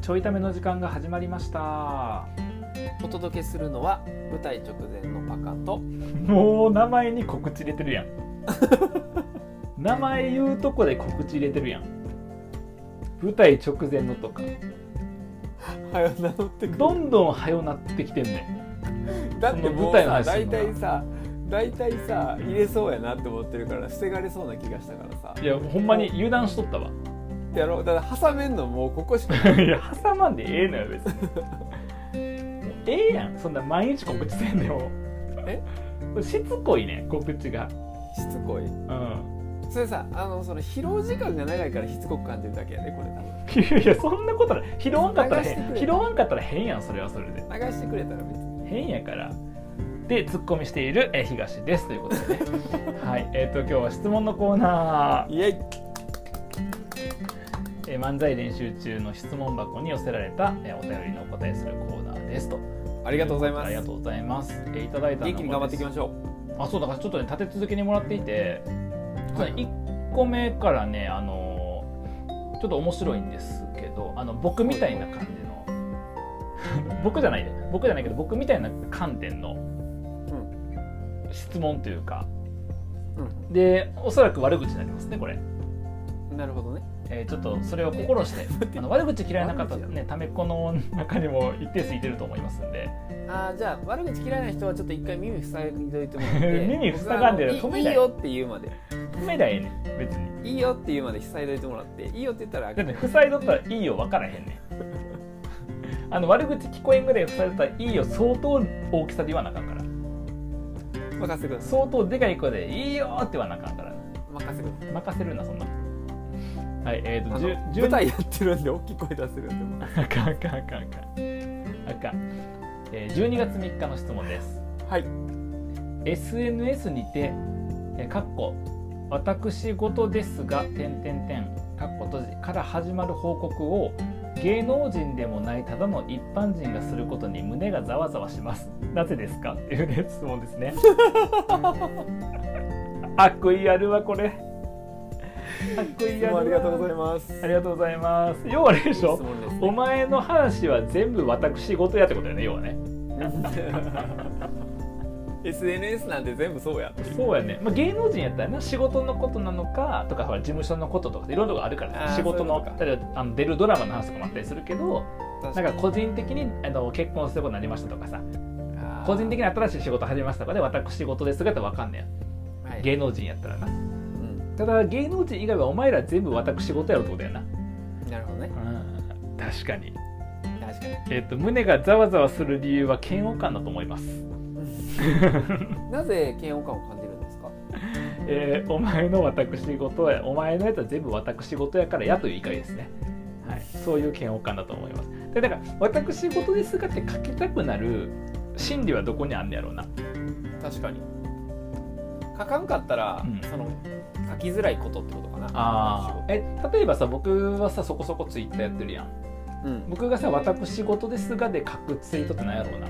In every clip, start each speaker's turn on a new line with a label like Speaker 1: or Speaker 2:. Speaker 1: ちょいための時間が始まりました
Speaker 2: お届けするのは舞台直前のパカと
Speaker 1: もう名前に告知入れてる やん名前言うとこで告知入れてるやん舞台直前のとか
Speaker 2: はよ名乗ってく
Speaker 1: どんどん早なってきてんね
Speaker 2: だって
Speaker 1: この舞
Speaker 2: もう
Speaker 1: 台の
Speaker 2: さ
Speaker 1: 話す
Speaker 2: 大
Speaker 1: る
Speaker 2: 体さ大体さ入れそうやなって思ってるから防がれそうな気がしたからさ
Speaker 1: んいやほんまに油断しとったわ
Speaker 2: やろうだから挟めんのもうここしか
Speaker 1: いや挟まんでええのよ別にええやんそんな毎日告知せんでも
Speaker 2: え
Speaker 1: しつこいね告知が
Speaker 2: しつこい
Speaker 1: うん
Speaker 2: それさあのその疲労時間が長いからしつこく感じるだけやねこれ多
Speaker 1: いやいやそんなことない拾わんかったら
Speaker 2: 流して
Speaker 1: 変
Speaker 2: くれ
Speaker 1: 拾わんかったら変やんそれはそれで
Speaker 2: 分流してくれたら別に
Speaker 1: 変やからでツッコミしているえー東ですということでね はいえっ、と今日は質問のコーナー、
Speaker 2: イエイ
Speaker 1: えー漫才練習中の質問箱に寄せられた、えーお便りのお答えするコーナーですと
Speaker 2: ありがとうございま
Speaker 1: あ
Speaker 2: す
Speaker 1: りがとうございます、えーいただいたの
Speaker 2: 元気に頑張っていきま
Speaker 1: し
Speaker 2: し
Speaker 1: ょ
Speaker 2: ょ
Speaker 1: うあそうだからちょっとね立て続けにもらっていて、
Speaker 2: はい
Speaker 1: その1個目からねあのーちょっと面白いんですけどあの僕みたいな感じの僕じゃないで僕じゃないけど僕みたいな観点の
Speaker 2: ううん
Speaker 1: 質問というか
Speaker 2: う
Speaker 1: でおそらく悪口になりますねこれ、
Speaker 2: んなるほどね
Speaker 1: えーちょっとそれを心して あの悪口嫌いな方ねためっ子の中にも一定数いてると思いますんで
Speaker 2: あーじゃあ悪口嫌いな人はちょっと一回耳塞いどいてもらっ て
Speaker 1: 耳塞がんでる
Speaker 2: 僕
Speaker 1: 止
Speaker 2: が
Speaker 1: めない
Speaker 2: あのいいいよって言うまで
Speaker 1: 褒めりゃええねん別に
Speaker 2: いいよって言うまで塞いどいてもらっていいよって言ったら
Speaker 1: だって塞いどったらいいよ分からへんねんあの悪口聞こえんぐらい塞いどったらいいよ相当大きさで言わなあかんから
Speaker 2: 任せてくださ
Speaker 1: 相当でかい声でいいよって言わなあかんから
Speaker 2: い任せてください
Speaker 1: 任せるなそんなはいえーと
Speaker 2: あの
Speaker 1: じゅじゅ
Speaker 2: 舞台やってるんで大きい声出せるんでも
Speaker 1: あかんあかんあかんあかんあかん、えー、12月3日の質問です
Speaker 2: はい
Speaker 1: SNS にて、えーかっこ私事ですが、点点点、かっこ閉じから始まる報告を芸能人でもないただの一般人がすることに胸がざわざわします。なぜですかっていうね質問です ね。悪意あるわこれ。悪
Speaker 2: い
Speaker 1: 意あるわ
Speaker 2: つもありがとうございます
Speaker 1: ありがとうございます。要はあれでし
Speaker 2: いい質
Speaker 1: ょ。
Speaker 2: 問ですね
Speaker 1: お前の話は全部私事やってことよね。要はね。
Speaker 2: SNS なんて全部そうやっていう
Speaker 1: そうやね、まあ、芸能人やったらな仕事のことなのかとかほら事務所のこととかいろんなとこあるか
Speaker 2: あ
Speaker 1: ら
Speaker 2: ー
Speaker 1: 仕事
Speaker 2: そう
Speaker 1: の
Speaker 2: いうことか
Speaker 1: 例えばあの出るドラマの話とかもあったりするけど
Speaker 2: 確
Speaker 1: な
Speaker 2: か
Speaker 1: ん
Speaker 2: に
Speaker 1: か個人的にあの結婚することになりましたとかさ
Speaker 2: あー
Speaker 1: 個人的に新しい仕事始めましたとかで私事ですがって分かんね
Speaker 2: は
Speaker 1: や
Speaker 2: い
Speaker 1: 芸能人やったらな
Speaker 2: うん
Speaker 1: ただ芸能人以外はお前ら全部私事やろってことやな
Speaker 2: なるほど ね
Speaker 1: うん確かに、
Speaker 2: 確かに
Speaker 1: えっと胸がざわざわする理由は嫌悪感だと思います
Speaker 2: なぜ嫌悪感を感じるんですか
Speaker 1: えーお前の私事やお前のやつは全部私事やからやという怒りですね、はい、そういう嫌悪感だと思いますでだから私事ですがって書きたくなる心理はどこにあんねやろうな
Speaker 2: 確かに書かんかったら、
Speaker 1: うん
Speaker 2: その書きづらいことってことかな
Speaker 1: え例えばさ僕はさそこそこツイッターやってるやん
Speaker 2: 仕事うん
Speaker 1: 僕がさ私事ですがで書くツイートって何やろうな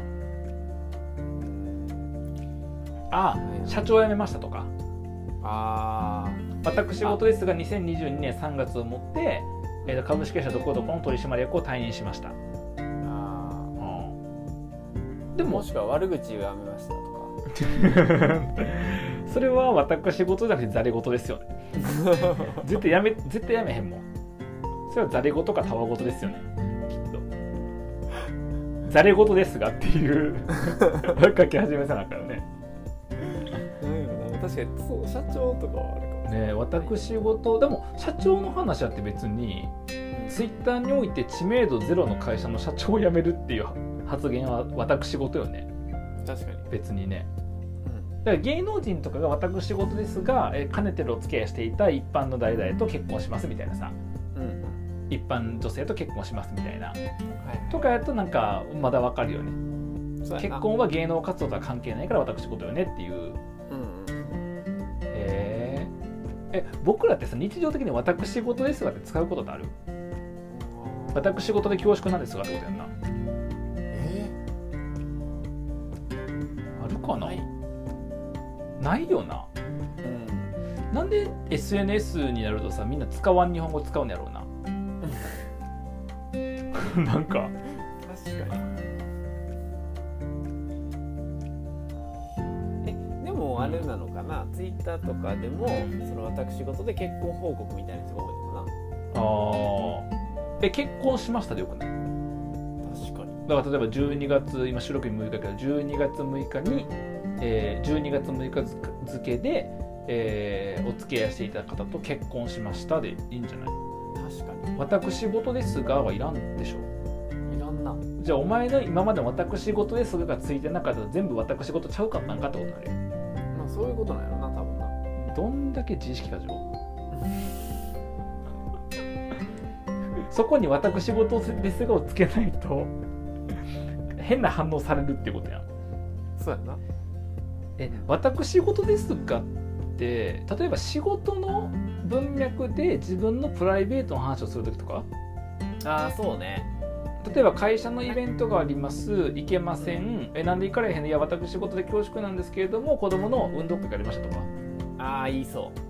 Speaker 1: あ
Speaker 2: はい
Speaker 1: 社長辞めましたとか
Speaker 2: あ
Speaker 1: 私事ですが2022年3月をもって、えーと株式会社どこどこの取締役を退任しました
Speaker 2: ーあ
Speaker 1: で
Speaker 2: ーも
Speaker 1: も
Speaker 2: しくは悪口をやめましたと
Speaker 1: それは私事じゃなくてざれ事ですよね
Speaker 2: か
Speaker 1: 絶対やめ絶対やめへんもんそれはざれ事かたわ事ですよねきっとざれ事ですがっていう書き始めさなあからね
Speaker 2: なんやろな 確かにそう社長とかはあれかもしれな
Speaker 1: ね
Speaker 2: い
Speaker 1: え私事でも社長の話だって別にツイッターにおいて知名度ゼロの会社の社長を辞めるっていう発言は私事よね
Speaker 2: 確かに、
Speaker 1: 別にねだから芸能人とかが私事ですが、えーかねてるお付き合いしていた一般の誰々と結婚しますみたいなさ
Speaker 2: うんうん
Speaker 1: 一般女性と結婚しますみたいな
Speaker 2: はい
Speaker 1: とかやとなんかまだわかるよね
Speaker 2: そうや
Speaker 1: 結
Speaker 2: な
Speaker 1: 婚は芸能活動とは関係ないから私事よねっていう
Speaker 2: うん
Speaker 1: へーえ僕らってさ日常的に私事ですがって使うことってある
Speaker 2: うん
Speaker 1: 私事で恐縮なんですがってことやんな
Speaker 2: え
Speaker 1: あるかな、
Speaker 2: ない
Speaker 1: ないよな
Speaker 2: ーうん
Speaker 1: なんで SNS になるとさみんな使わん日本語使うんやろうななんか
Speaker 2: 確かにえでもあれなのかな、ツイッターとかでもその私事で結婚報告みたいな人が多いのか
Speaker 1: あーえ結婚しましたでよくない
Speaker 2: な確かに
Speaker 1: だから例えば12月今収録日6日だけど12月6日に、えー、12月6日付で、えーお付き合いしていた方と結婚しましたでいいんじゃない
Speaker 2: 確か
Speaker 1: 私事ですがはいらんでしょ
Speaker 2: にいらんな
Speaker 1: じゃあお前の今まで私事ですががついてなかったら全部私事ちゃうかったんかってことになるよ
Speaker 2: まあそういうことなんやろな多分な
Speaker 1: どんだけ自意識過剰そこに私事ですがをつけないと変な反応されるってことやん
Speaker 2: そうやな
Speaker 1: え私事ですがって例えば仕事の文脈で自分のプライベートの話をする時とか
Speaker 2: ああそうね
Speaker 1: 例えば会社のイベントがあります行けませんえなんで行かれへんのいや私事で恐縮なんですけれども子供の運動会がありましたとか
Speaker 2: ああ言いそう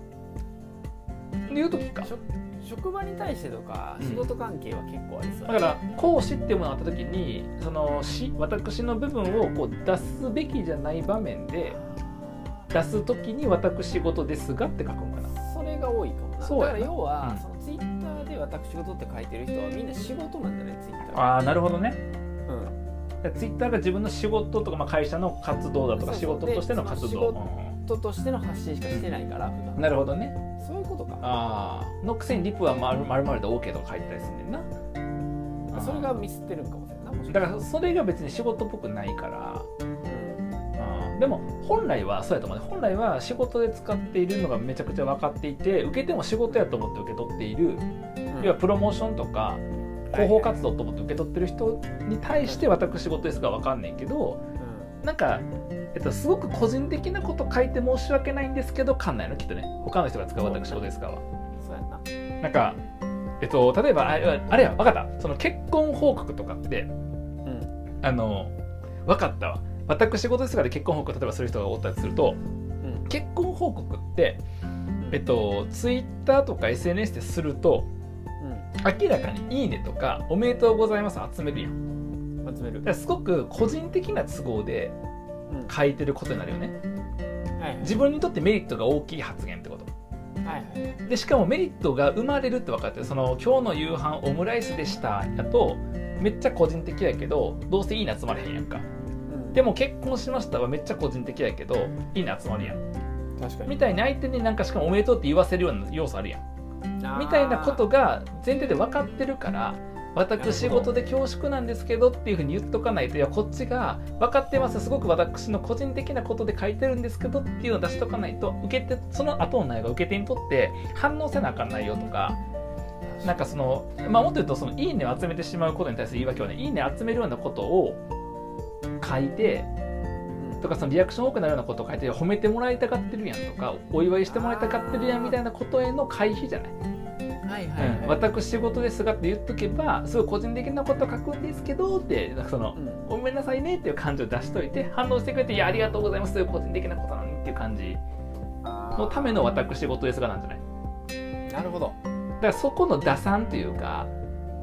Speaker 1: いう時か
Speaker 2: 職職場に対してとか
Speaker 1: うん
Speaker 2: 仕事関係は結構ありそ
Speaker 1: だ
Speaker 2: う
Speaker 1: から講師っていうものがあった時にそのし私の部分をこう出すべきじゃない場面で出す時に私事ですがって書くのかな
Speaker 2: それが多いかもな
Speaker 1: そうや
Speaker 2: だ
Speaker 1: な
Speaker 2: から要は、
Speaker 1: うん
Speaker 2: そのツイッターで私事って書いてる人はみんな仕事なんだねツイッターは
Speaker 1: ああなるほどね
Speaker 2: うん
Speaker 1: ツイッターが自分の仕事とか、まあ、会社の活動だとか
Speaker 2: そう
Speaker 1: 仕
Speaker 2: そう
Speaker 1: 事としての活
Speaker 2: で
Speaker 1: 動
Speaker 2: その人としての発信しかしてないから、普
Speaker 1: う
Speaker 2: 段
Speaker 1: んなるほどね
Speaker 2: そういうことか
Speaker 1: ああのくせにリプはまるまるで OK とか書いてたりすんねんなあー
Speaker 2: それがミスってるんかもしれんないなもし
Speaker 1: だか
Speaker 2: し
Speaker 1: らそれが別に仕事っぽくないから
Speaker 2: たらうん
Speaker 1: あーでも本来はそうやと思うね本来は仕事で使っているのがめちゃくちゃ分かっていて受けても仕事やと思って受け取っている、
Speaker 2: うん
Speaker 1: 要はプロモーションとか広報活動と思って受け取ってる人に対して私事ですが分かんねんけどなんか、えっと、すごく個人的なこと書いて申し訳ないんですけどかんないのきっとね他の人が使う私事ですがは
Speaker 2: うんそうやな
Speaker 1: なんか、えっと、例えばああれや分かったその結婚報告とかって
Speaker 2: うん
Speaker 1: あの分かったわ私事ですがで結婚報告例えばする人がおったりすると
Speaker 2: うん
Speaker 1: 結婚報告って、えっと、ツイッターとか SNS ですると明らかに「いいね」とか「おめでとうございます」集めるやん
Speaker 2: うん集める
Speaker 1: だからすごく個人的な都合で
Speaker 2: うん
Speaker 1: 書いてることになるよね
Speaker 2: はいはい
Speaker 1: 自分にとってメリットが大きい発言ってこと
Speaker 2: はいはい
Speaker 1: でしかもメリットが生まれるって分かってるその「今日の夕飯オムライスでした」やとめっちゃ個人的やけどどうせいいな集まれへんやんか
Speaker 2: うん
Speaker 1: でも結婚しましたはめっちゃ個人的やけどいいな集まるやん
Speaker 2: 確か
Speaker 1: みたいに相手になんかしかもおめでとうって言わせるような要素あるやん
Speaker 2: あー
Speaker 1: みたいなことが前提で分かってるから私事で恐縮なんですけどっていうふうに言っとかないといやこっちが分かってますすごく私の個人的なことで書いてるんですけどっていうのを出しとかないと受けてその後の内容が受け手にとって反応せなあかんないよとかなんかその、まあ、もっと言うとその「いいね」を集めてしまうことに対する言い訳はね「いいね」集めるようなことを書いて
Speaker 2: うん
Speaker 1: とかそのリアクション多くなるようなことを書いて褒めてもらいたがってるやんとかお祝いしてもらいたがってるやんみたいなことへの回避じゃない。
Speaker 2: はいはい
Speaker 1: うん
Speaker 2: はい
Speaker 1: 私仕事ですがって言っとけばすごい個人的なこと書くんですけどってなんかその、
Speaker 2: うん
Speaker 1: ごめんなさいねっていう感じを出しといて反応してくれていやありがとうございますという個人的なことなのにっていう感じのための私事ですがなんじゃない
Speaker 2: なるほど
Speaker 1: だからそこの打算というか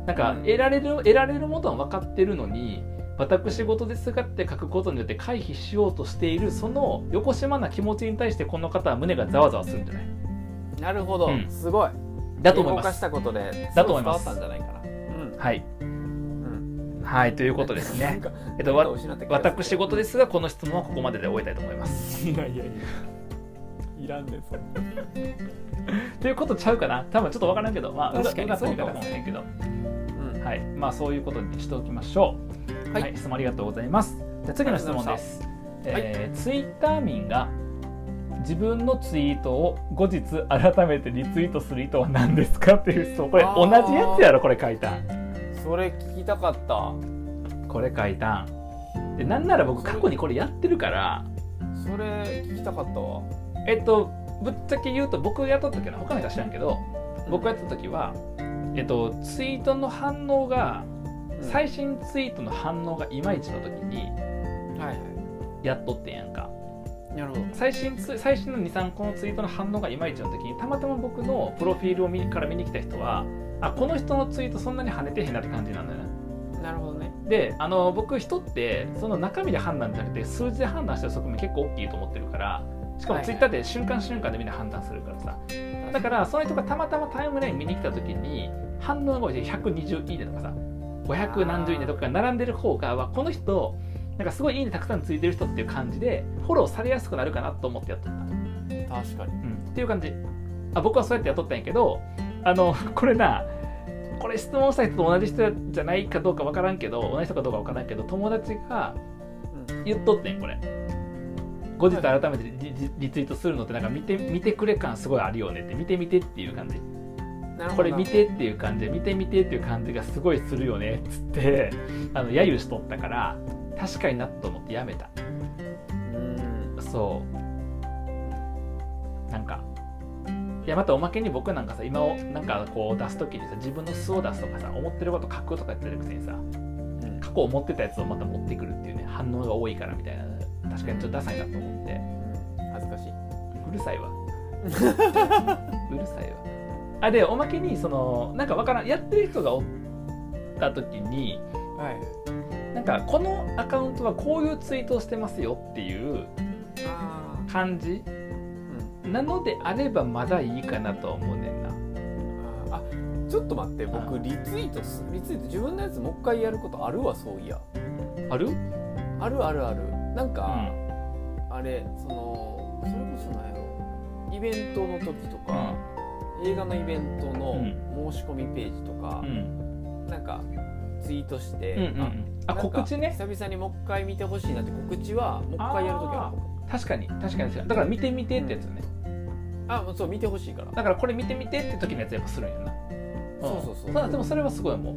Speaker 1: なんか
Speaker 2: うん
Speaker 1: 得られる、得られるものは分かってるのに私事ですがって書くことによって回避しようとしているその横島な気持ちに対してこの方は胸がざわざわするんじゃない
Speaker 2: なるほど、
Speaker 1: うん
Speaker 2: すごい
Speaker 1: だと思いま
Speaker 2: 言語化し
Speaker 1: す。
Speaker 2: たことで
Speaker 1: だと思います
Speaker 2: そう伝わったんじゃないかな
Speaker 1: はい、
Speaker 2: うん、うん、
Speaker 1: はい、ということです
Speaker 2: な
Speaker 1: ね
Speaker 2: ん。か
Speaker 1: えっとわ
Speaker 2: なんか失った気がする
Speaker 1: 私事ですがこの質問はここまでで終えたいと思います。
Speaker 2: いやいやいや。いらんねんそれ
Speaker 1: ということちゃうかな多分ちょっとわからんけどまあ
Speaker 2: 確かに
Speaker 1: うがうが
Speaker 2: そう
Speaker 1: った
Speaker 2: か
Speaker 1: か
Speaker 2: も
Speaker 1: もしれんけど
Speaker 2: うん。
Speaker 1: はいまあそういうことにしておきましょう
Speaker 2: はい
Speaker 1: 質問ありがとうございますじゃあ次の質問です
Speaker 2: がとうございました
Speaker 1: えーツイッター民が自分のツイートを後日改めてリツイートする意図は何ですかっていう質問これ
Speaker 2: あ
Speaker 1: 同
Speaker 2: ー
Speaker 1: じやつやろこれ書いたん
Speaker 2: それ聞きたかった。
Speaker 1: これ書いたんでなんなら僕過去にこれやってるから
Speaker 2: それ聞きたかったわ。
Speaker 1: えっとぶっちゃけ言うと僕やった時は他の人は知らんけど僕やった時は、えっと、ツイートの反応が最新ツイートの反応がいまいちの時に
Speaker 2: はいは
Speaker 1: やっとってんやんか
Speaker 2: い。なるほど。
Speaker 1: 最新ツイ最新の23個のツイートの反応がいまいちの時にたまたま僕のプロフィールを見から見に来た人はあこの人のツイートそんなに跳ねてへんなって感じなんだよね
Speaker 2: なるほどね
Speaker 1: であの僕人ってその中身で判断じゃなくて数字で判断してる側面結構大きいと思ってるからしか
Speaker 2: は
Speaker 1: も
Speaker 2: いはい
Speaker 1: ツイッターで瞬間瞬間でみんな判断するからさだからその人がたまたまタイムライン見に来た時に反応が多いで120いいねとかさ500何十いいねとかが並んでる方がわこの人なんかすごいいいねたくさんついてる人っていう感じでフォローされやすくなるかなと思ってやっとった。
Speaker 2: 確かに
Speaker 1: うん、っていう感じあ僕はそうやって雇ったんやけどあの これなこれ質問した人と同じ人じゃないかどうかわからんけど同じ人かどうかわからんけど友達が言っとってんこれ後日改めてリ,リ、リツイートするのってなんか見て見てくれ感すごいあるよねって見て見てっていう感じ
Speaker 2: なるほど
Speaker 1: これ見てっていう感じで見て見てっていう感じがすごいするよねっつってあの揶揄しとったから確かになと思ってやめた
Speaker 2: うん
Speaker 1: そうなんかいやまたおまけに僕なんかさ今をなんかこう出す時にさ自分の素を出すとかさ思ってること書くとかやってるくせにさ
Speaker 2: うん
Speaker 1: 過去思ってたやつをまた持ってくるっていうね反応が多いからみたいな確かにちょっとダサいなと思 って
Speaker 2: 恥ずかしいう
Speaker 1: るさいわうるさいわあでおまけにそのなんかわからんやってる人がおった時に
Speaker 2: はい
Speaker 1: なんかこのアカウントはこういうツイートをしてますよっていう
Speaker 2: あ
Speaker 1: 感じ
Speaker 2: ーうん
Speaker 1: なのであればまだいいかなとは思うねんな
Speaker 2: あーあちょっと待って
Speaker 1: う
Speaker 2: 僕リツイートすリツイート自分のやつもう一回やることあるわそういや
Speaker 1: ある
Speaker 2: あるあるあるな
Speaker 1: う
Speaker 2: んか、
Speaker 1: ん
Speaker 2: あれそのそれこそなんやろイベントの時とか、映画のイベントの申し込みページとか
Speaker 1: う、ん
Speaker 2: なんかツイートして、
Speaker 1: うんうんあ
Speaker 2: なんか
Speaker 1: 告知ね
Speaker 2: 久々にもう一回見てほしいなって告知はもう一回やるときは
Speaker 1: 確かに確かに確かにだから見て見てってやつよね
Speaker 2: ああそう見てほしいから
Speaker 1: だからこれ見て見てって時のやつやっぱするんやな
Speaker 2: そうそうそう
Speaker 1: でもそれはすごいも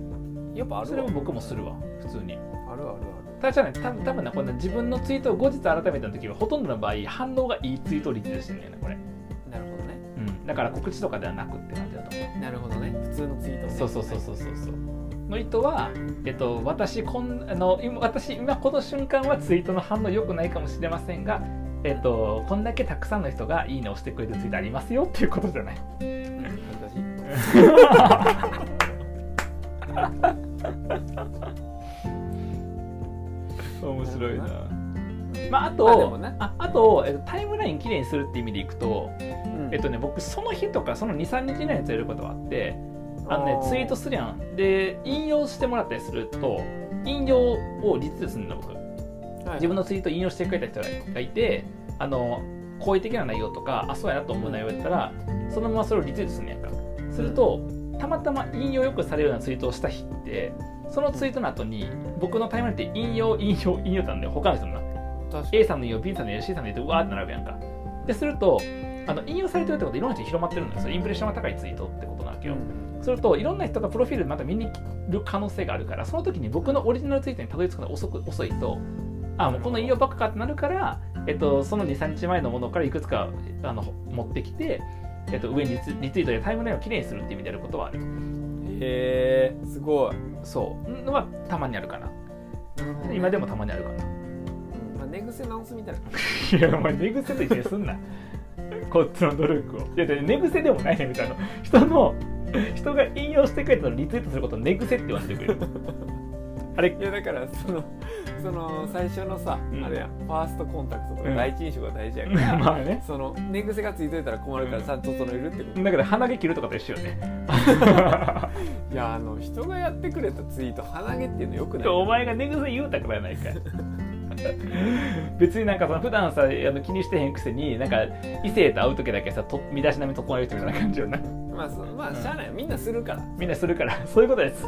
Speaker 1: う
Speaker 2: やっぱあ
Speaker 1: そ
Speaker 2: る
Speaker 1: れ
Speaker 2: わ
Speaker 1: も僕もするわ普通に
Speaker 2: あるある
Speaker 1: ただじゃない多分多分なこんな自分のツイートを後日改めた時はほとんどの場合反応がいいツイートをリツイートしてるんだよねこれ、
Speaker 2: あるなるほどね
Speaker 1: うん、だから告知とかではなくって感じだと思う
Speaker 2: なるほどね普通のツイートね
Speaker 1: そうそうそうそうそうそう。の意図は、えっと、私こんあの今私今この瞬間はツイートの反応良くないかもしれませんが、えっと、こんだけたくさんの人が「いいね」を押してくれるツイートありますよっていうことじゃない。
Speaker 2: うん恥ずかしい
Speaker 1: 面
Speaker 2: 白いな。
Speaker 1: まあ、あ
Speaker 2: あでも
Speaker 1: と
Speaker 2: ね
Speaker 1: ああと、えっと、タイムラインきれいにするって意味でいくと、
Speaker 2: うん
Speaker 1: えっとね、僕その日とかその23日以内にやることがあってあの、
Speaker 2: あ
Speaker 1: ね、ツイートするやんで引用してもらったりすると引用をリツイートするの僕。
Speaker 2: はい
Speaker 1: 自分のツイートを引用してくれた人がいてあの好意的な内容とかあそうやなと思う内容やったらそのままそれをリツイートするんやんかするとたまたま引用よくされるようなツイートをした日ってそのツイートの後に僕のタイムラインって引用引用引用なんで他の人のな
Speaker 2: 確かに
Speaker 1: A さんの引用 B さんの引用 C さんの引用ってうわーって並ぶやんかでするとあの引用されてるってことでいろんな人に広まってるんですよインプレッションが高いツイートってことなわけよ、するといろんな人がプロフィールまた見に来る可能性があるからその時に僕のオリジナルツイートにたどり着くのが遅く遅いとあもうこの引用ばっかかってなるから、えっと、その23日前のものからいくつかあの持ってきて、えっと、上にリツリツイートでタイムラインをきれいにするって意味でやることはある
Speaker 2: へえすごい
Speaker 1: そうんのはたまにあるかな今でもたまにあるかな
Speaker 2: うんまあ寝癖直すみたいない
Speaker 1: やお前寝癖と一緒にすんな こっちの努力をいやだって寝癖でもないねみたいな人の人が引用してくれたのをリツイートすることを寝癖って言われて くれるあれ
Speaker 2: いやだからそのその最初のさ、
Speaker 1: うん
Speaker 2: あれやんファーストコンタクトと
Speaker 1: う
Speaker 2: か
Speaker 1: ん
Speaker 2: 第一印象が 大事やから、
Speaker 1: まあね
Speaker 2: その寝癖がついといたら困るか
Speaker 1: う
Speaker 2: ら
Speaker 1: ん
Speaker 2: ちゃんと整えるってこと、
Speaker 1: だから鼻毛切るとかと一緒よ ね。
Speaker 2: いやあの人がやってくれたツイート鼻毛っていうのよくない
Speaker 1: お前が寝癖言うたからやないかい。別になんかその普段さあの気にしてへんくせになんか異性と会う時だけさと身だしなみ整える人みたいな感じよな
Speaker 2: まあそまあしゃあないみんなするから
Speaker 1: みんなするからそういうことです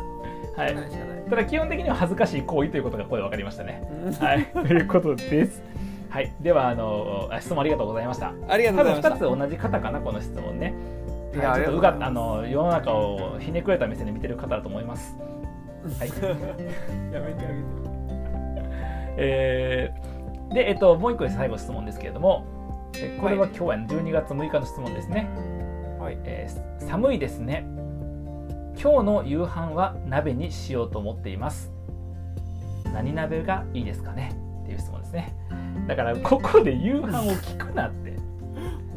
Speaker 1: は
Speaker 2: しゃあないいしゃあない
Speaker 1: ただ基本的には恥ずかしい行為ということがこれ分かりましたね
Speaker 2: うん
Speaker 1: はい ということですはいではあのあ質問ありがとうございました
Speaker 2: ありがと
Speaker 1: 多
Speaker 2: うござ
Speaker 1: 分
Speaker 2: いました
Speaker 1: 2つ同じ方かなこの質問ね
Speaker 2: いや
Speaker 1: はいちょっとうがあ
Speaker 2: ありがとうご
Speaker 1: の世の中をひねくれた目線で見てる方だと思いますはい
Speaker 2: やめてあげて
Speaker 1: えーで、えっと、もう一個最後質問ですけれども、えこれは
Speaker 2: は
Speaker 1: 今日は12月6日の質問ですね、
Speaker 2: はい
Speaker 1: えー寒いですね。今日の夕飯は鍋にしようと思っています。何鍋がいいですかねっていう質問ですね。だからここで夕飯を聞くな って。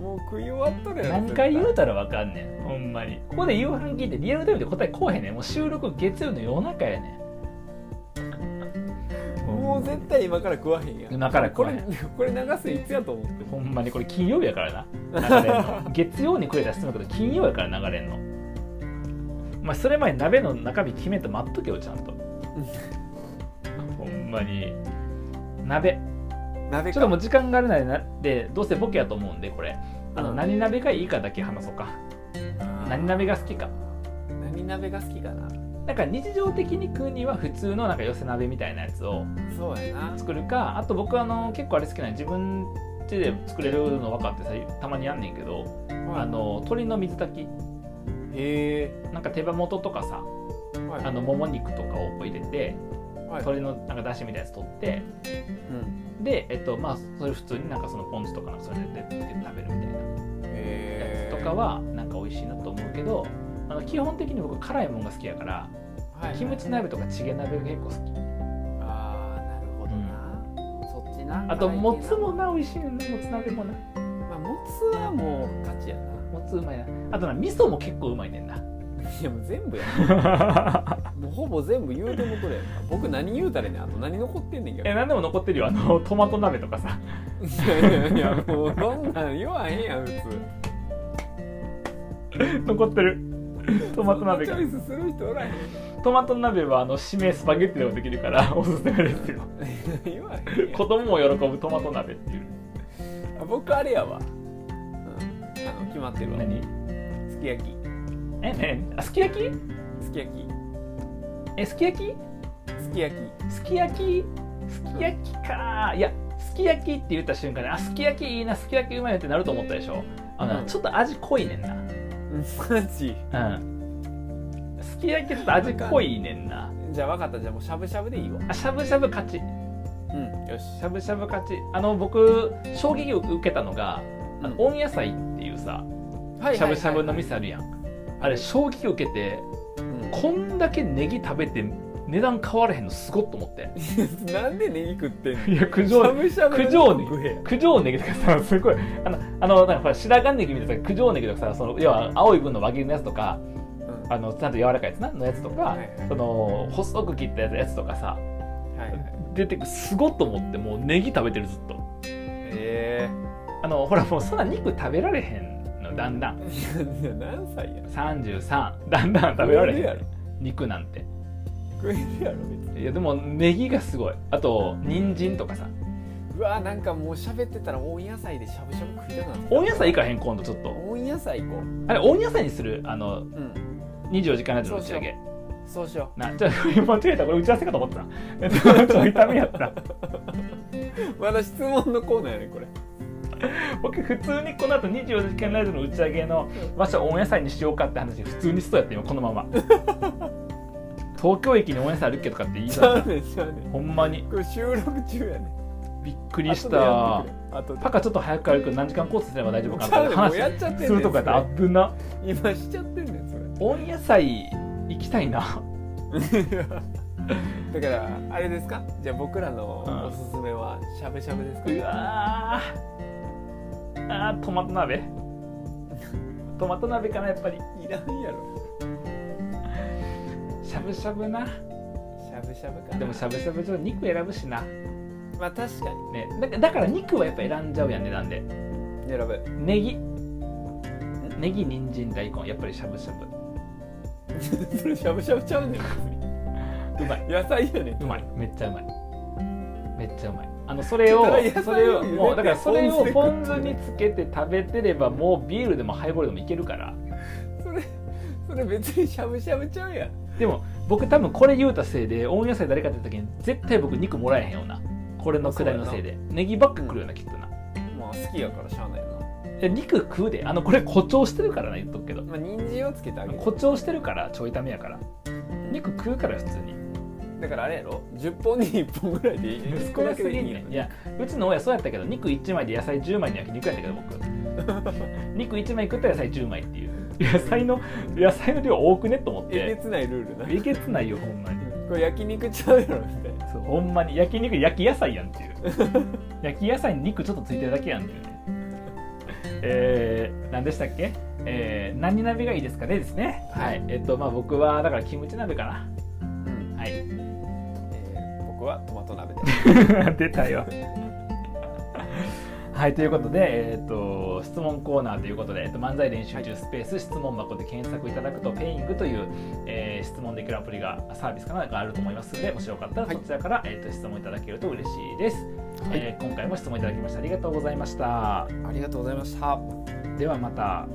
Speaker 2: もう食い終わっとるやろ
Speaker 1: 何回言う
Speaker 2: 絶
Speaker 1: たらわかんねん。ほんまに。ここで夕飯聞いてリアルタイムで答えこうへんねん。もう収録月曜の夜中やねん。
Speaker 2: もう絶対今から食わへんやん
Speaker 1: 今から食わへん
Speaker 2: これこれ 流すいつやと思って
Speaker 1: ほんまにこれ金曜日やからな流れん の月曜に食えたら質問だけど金曜やから流れんのまあそれ前に鍋の中身決めて待っとけよちゃんとほんまに鍋
Speaker 2: 鍋か
Speaker 1: ちょっともう時間があるのでなでどうせボケやと思うんでこれあの
Speaker 2: うん
Speaker 1: 何鍋がいいかだけ話そうか何鍋が好きか
Speaker 2: 何鍋が好きかな
Speaker 1: なんか日常的に食うには普通のなんか寄せ鍋みたいなやつを
Speaker 2: そうやな
Speaker 1: 作るかあと僕あの結構あれ好きなの自分家で作れるの分かってさたまにやんねんけど、あの鶏の水炊
Speaker 2: へ
Speaker 1: きなんか手羽元とかさ
Speaker 2: え、はい、
Speaker 1: あのもも肉とかをこう入れて
Speaker 2: はい、
Speaker 1: 鶏のなんか出汁みたいなやつ取って
Speaker 2: うん
Speaker 1: でえっとまあそれ普通になんかそのポン酢とかなんかそういうので食べるみたいなや
Speaker 2: へ
Speaker 1: つ
Speaker 2: え
Speaker 1: とかはなんか美味しいなと思うけどあの基本的に僕辛いもんが好きやから
Speaker 2: はい
Speaker 1: キムチ鍋とかチゲ鍋が結構好き
Speaker 2: ああなるほどな、そっちな
Speaker 1: あと
Speaker 2: 辛い系な
Speaker 1: もつもな美味しいねんなもつ鍋もな
Speaker 2: まあ、もつはもう勝ちやな
Speaker 1: もつうまいなあとな味噌も結構うまいねんな
Speaker 2: いやもう全部やもうほぼ全部言うてもとれやんか僕何言うたらねあと何残ってん ねんけど
Speaker 1: え何でも残ってるよあのトマト鍋とかさ
Speaker 2: いやいやいやもうそんなん言わへんやん普通
Speaker 1: 残ってるトマト鍋
Speaker 2: そ
Speaker 1: が
Speaker 2: んなチョイスする人おらへん
Speaker 1: トマト鍋はあの締めスパゲッティでもできる からおすすめですよ
Speaker 2: 言わへんやん
Speaker 1: 子供も喜ぶトマト鍋っていう
Speaker 2: あ僕あれやわ、うん、あの決まってるわ
Speaker 1: 何
Speaker 2: すき焼き
Speaker 1: え何あすき焼き
Speaker 2: すき焼き
Speaker 1: えすき焼き
Speaker 2: すき焼き
Speaker 1: すき焼きすき焼きかいやすき焼きって言った瞬間にあすき焼きいいなすき焼きうまいよってなると思ったでしょあのな、
Speaker 2: うん
Speaker 1: ちょっと味濃いねん
Speaker 2: マジ
Speaker 1: なうんすき焼きちょっと味濃いねんな
Speaker 2: じゃあ分かったじゃあもうしゃぶしゃぶでいいわ
Speaker 1: あしゃぶしゃぶ勝ち
Speaker 2: うんよし
Speaker 1: しゃぶしゃぶ勝ちあの僕衝撃を受けたのがあの
Speaker 2: うん
Speaker 1: 温野菜っていうさしゃぶしゃぶの店あるやんあれ衝撃を受けて
Speaker 2: うん
Speaker 1: こんだけネギ食べて値段変わらへんのすごっと思って
Speaker 2: なんでネギ食ってんの
Speaker 1: いや苦情
Speaker 2: しゃぶしゃぶ
Speaker 1: 九条ネギ
Speaker 2: 食えや
Speaker 1: 九条ネギとかさすごいあのあのなんかほら白髪ネギみたいなさ九条ネギとかさその要は青い分の輪切りのやつとか
Speaker 2: うん
Speaker 1: あのちゃんと柔らかいやつなのやつとか、
Speaker 2: はいはい
Speaker 1: その細く切ったやつやつとかさ
Speaker 2: はいはい
Speaker 1: 出てくすごっと思ってもうネギ食べてるずっと
Speaker 2: え
Speaker 1: あのほらもうそんな肉食べられへんのだんだん
Speaker 2: ー、い や何歳や
Speaker 1: 33だんだん食べられ
Speaker 2: 食え
Speaker 1: へ
Speaker 2: るや
Speaker 1: ん
Speaker 2: ろ
Speaker 1: 肉なんて
Speaker 2: 食えるやろ別に
Speaker 1: いやでもネギがすごいあと人参とかさ
Speaker 2: うわなんかもう喋ってたら温野菜でしゃぶしゃぶ食いたくなってきた
Speaker 1: 温野菜行かへん今度ちょっと
Speaker 2: 温野菜行こ
Speaker 1: あれ温野菜にするあの
Speaker 2: ううん
Speaker 1: 24時間のやつの打ち上げ
Speaker 2: そうしよ
Speaker 1: なじゃあこれ間違えたこれ打ち合わせかと思ったな えっとちょっと痛みやった
Speaker 2: うまだ質問のコーナーやねこれ
Speaker 1: 僕普通にこの後24時間ライブの打ち上げの場所を温野菜にしようかって話普通にしそうやって今このま ま東京駅に温野菜あるっけとかって言い
Speaker 2: ち
Speaker 1: そう
Speaker 2: ゃ
Speaker 1: やっ
Speaker 2: うねんちゃうね
Speaker 1: た
Speaker 2: ん
Speaker 1: ほんまに
Speaker 2: これ収録中やねん
Speaker 1: びっくりした
Speaker 2: あと
Speaker 1: パカちょっと早く歩く何時間コースすれば大丈夫か
Speaker 2: ちゃう
Speaker 1: な
Speaker 2: ねん もう
Speaker 1: 話
Speaker 2: やっちゃってんねん
Speaker 1: するとかやったら
Speaker 2: そ
Speaker 1: 危な
Speaker 2: れ今しちゃってんねんそれ
Speaker 1: 温野菜行きたいな
Speaker 2: だからあれですかじゃあ僕ら
Speaker 1: うん
Speaker 2: のおすすめはしゃぶしゃぶですか、
Speaker 1: うわーあートマト鍋トマト鍋かなやっぱり
Speaker 2: いらんやろ
Speaker 1: しゃぶしゃぶな
Speaker 2: しゃぶしゃぶかな
Speaker 1: でもしゃぶしゃぶちょっと肉選ぶしな
Speaker 2: まあ確かに
Speaker 1: ねだだから肉はやっぱ選んじゃうやん値段で
Speaker 2: 選ぶ
Speaker 1: ネギネギ人参大根やっぱりしゃぶしゃぶ
Speaker 2: それしゃぶしゃぶちゃうねん
Speaker 1: うまい
Speaker 2: 野菜やねん
Speaker 1: うまいめっちゃうまいめっちゃうまいあのそれを
Speaker 2: ただ野菜
Speaker 1: それ
Speaker 2: を
Speaker 1: を
Speaker 2: 茹でて
Speaker 1: もうだからそれをポ
Speaker 2: ポ
Speaker 1: ン
Speaker 2: ン
Speaker 1: 酢
Speaker 2: 酢で
Speaker 1: につけて食べてればもうビールでもハイボールでもいけるから
Speaker 2: それそれ別にしゃぶしゃぶちゃうやん
Speaker 1: でも僕多分これ言うたせいで温野菜誰かって言った時に絶対僕肉もらえへんようなこれのくだりのせいでネギばっかくるようなきっとな
Speaker 2: まあ好きやからしゃあないな
Speaker 1: え肉食うであのこれ誇張してるからな言っとくけど
Speaker 2: まあ人参をつけてあげる
Speaker 1: 誇張してるからちょい痛めやから肉食うから普通に
Speaker 2: だからあれやろ10本に1本ぐらいでいいね
Speaker 1: 少なすぎんねんいやうちの親そうやったけど肉1枚で野菜10枚の焼肉やったけど僕 肉1枚食ったら野菜10枚っていう野菜の野菜の量多くねと思っ
Speaker 2: えげ
Speaker 1: て
Speaker 2: つないルールな
Speaker 1: えげつないよほんまに
Speaker 2: これ焼肉ちゃうやろみたいな
Speaker 1: そうほんまに焼肉焼き野菜やんっていう焼き野菜に肉ちょっとついてるだけやんっていうねえー、何でしたっけえー、何鍋がいいですかねですねはいえっとまあ僕はだからキムチ鍋かなはい
Speaker 2: えー僕はトマト鍋で
Speaker 1: 出たよはいということで、えー、と質問コーナーということで、えー、と漫才練習中スペース、質問箱で検索いただくとペイングという、えー質問できるアプリがサービスかなんかあると思いますのでもしよかったら
Speaker 2: は
Speaker 1: そ
Speaker 2: い
Speaker 1: ちらから、えー、と質問いただけると嬉しいです、
Speaker 2: はい
Speaker 1: えー今回も質問いただきましてありがとうございました
Speaker 2: ありがとうございました
Speaker 1: ではまた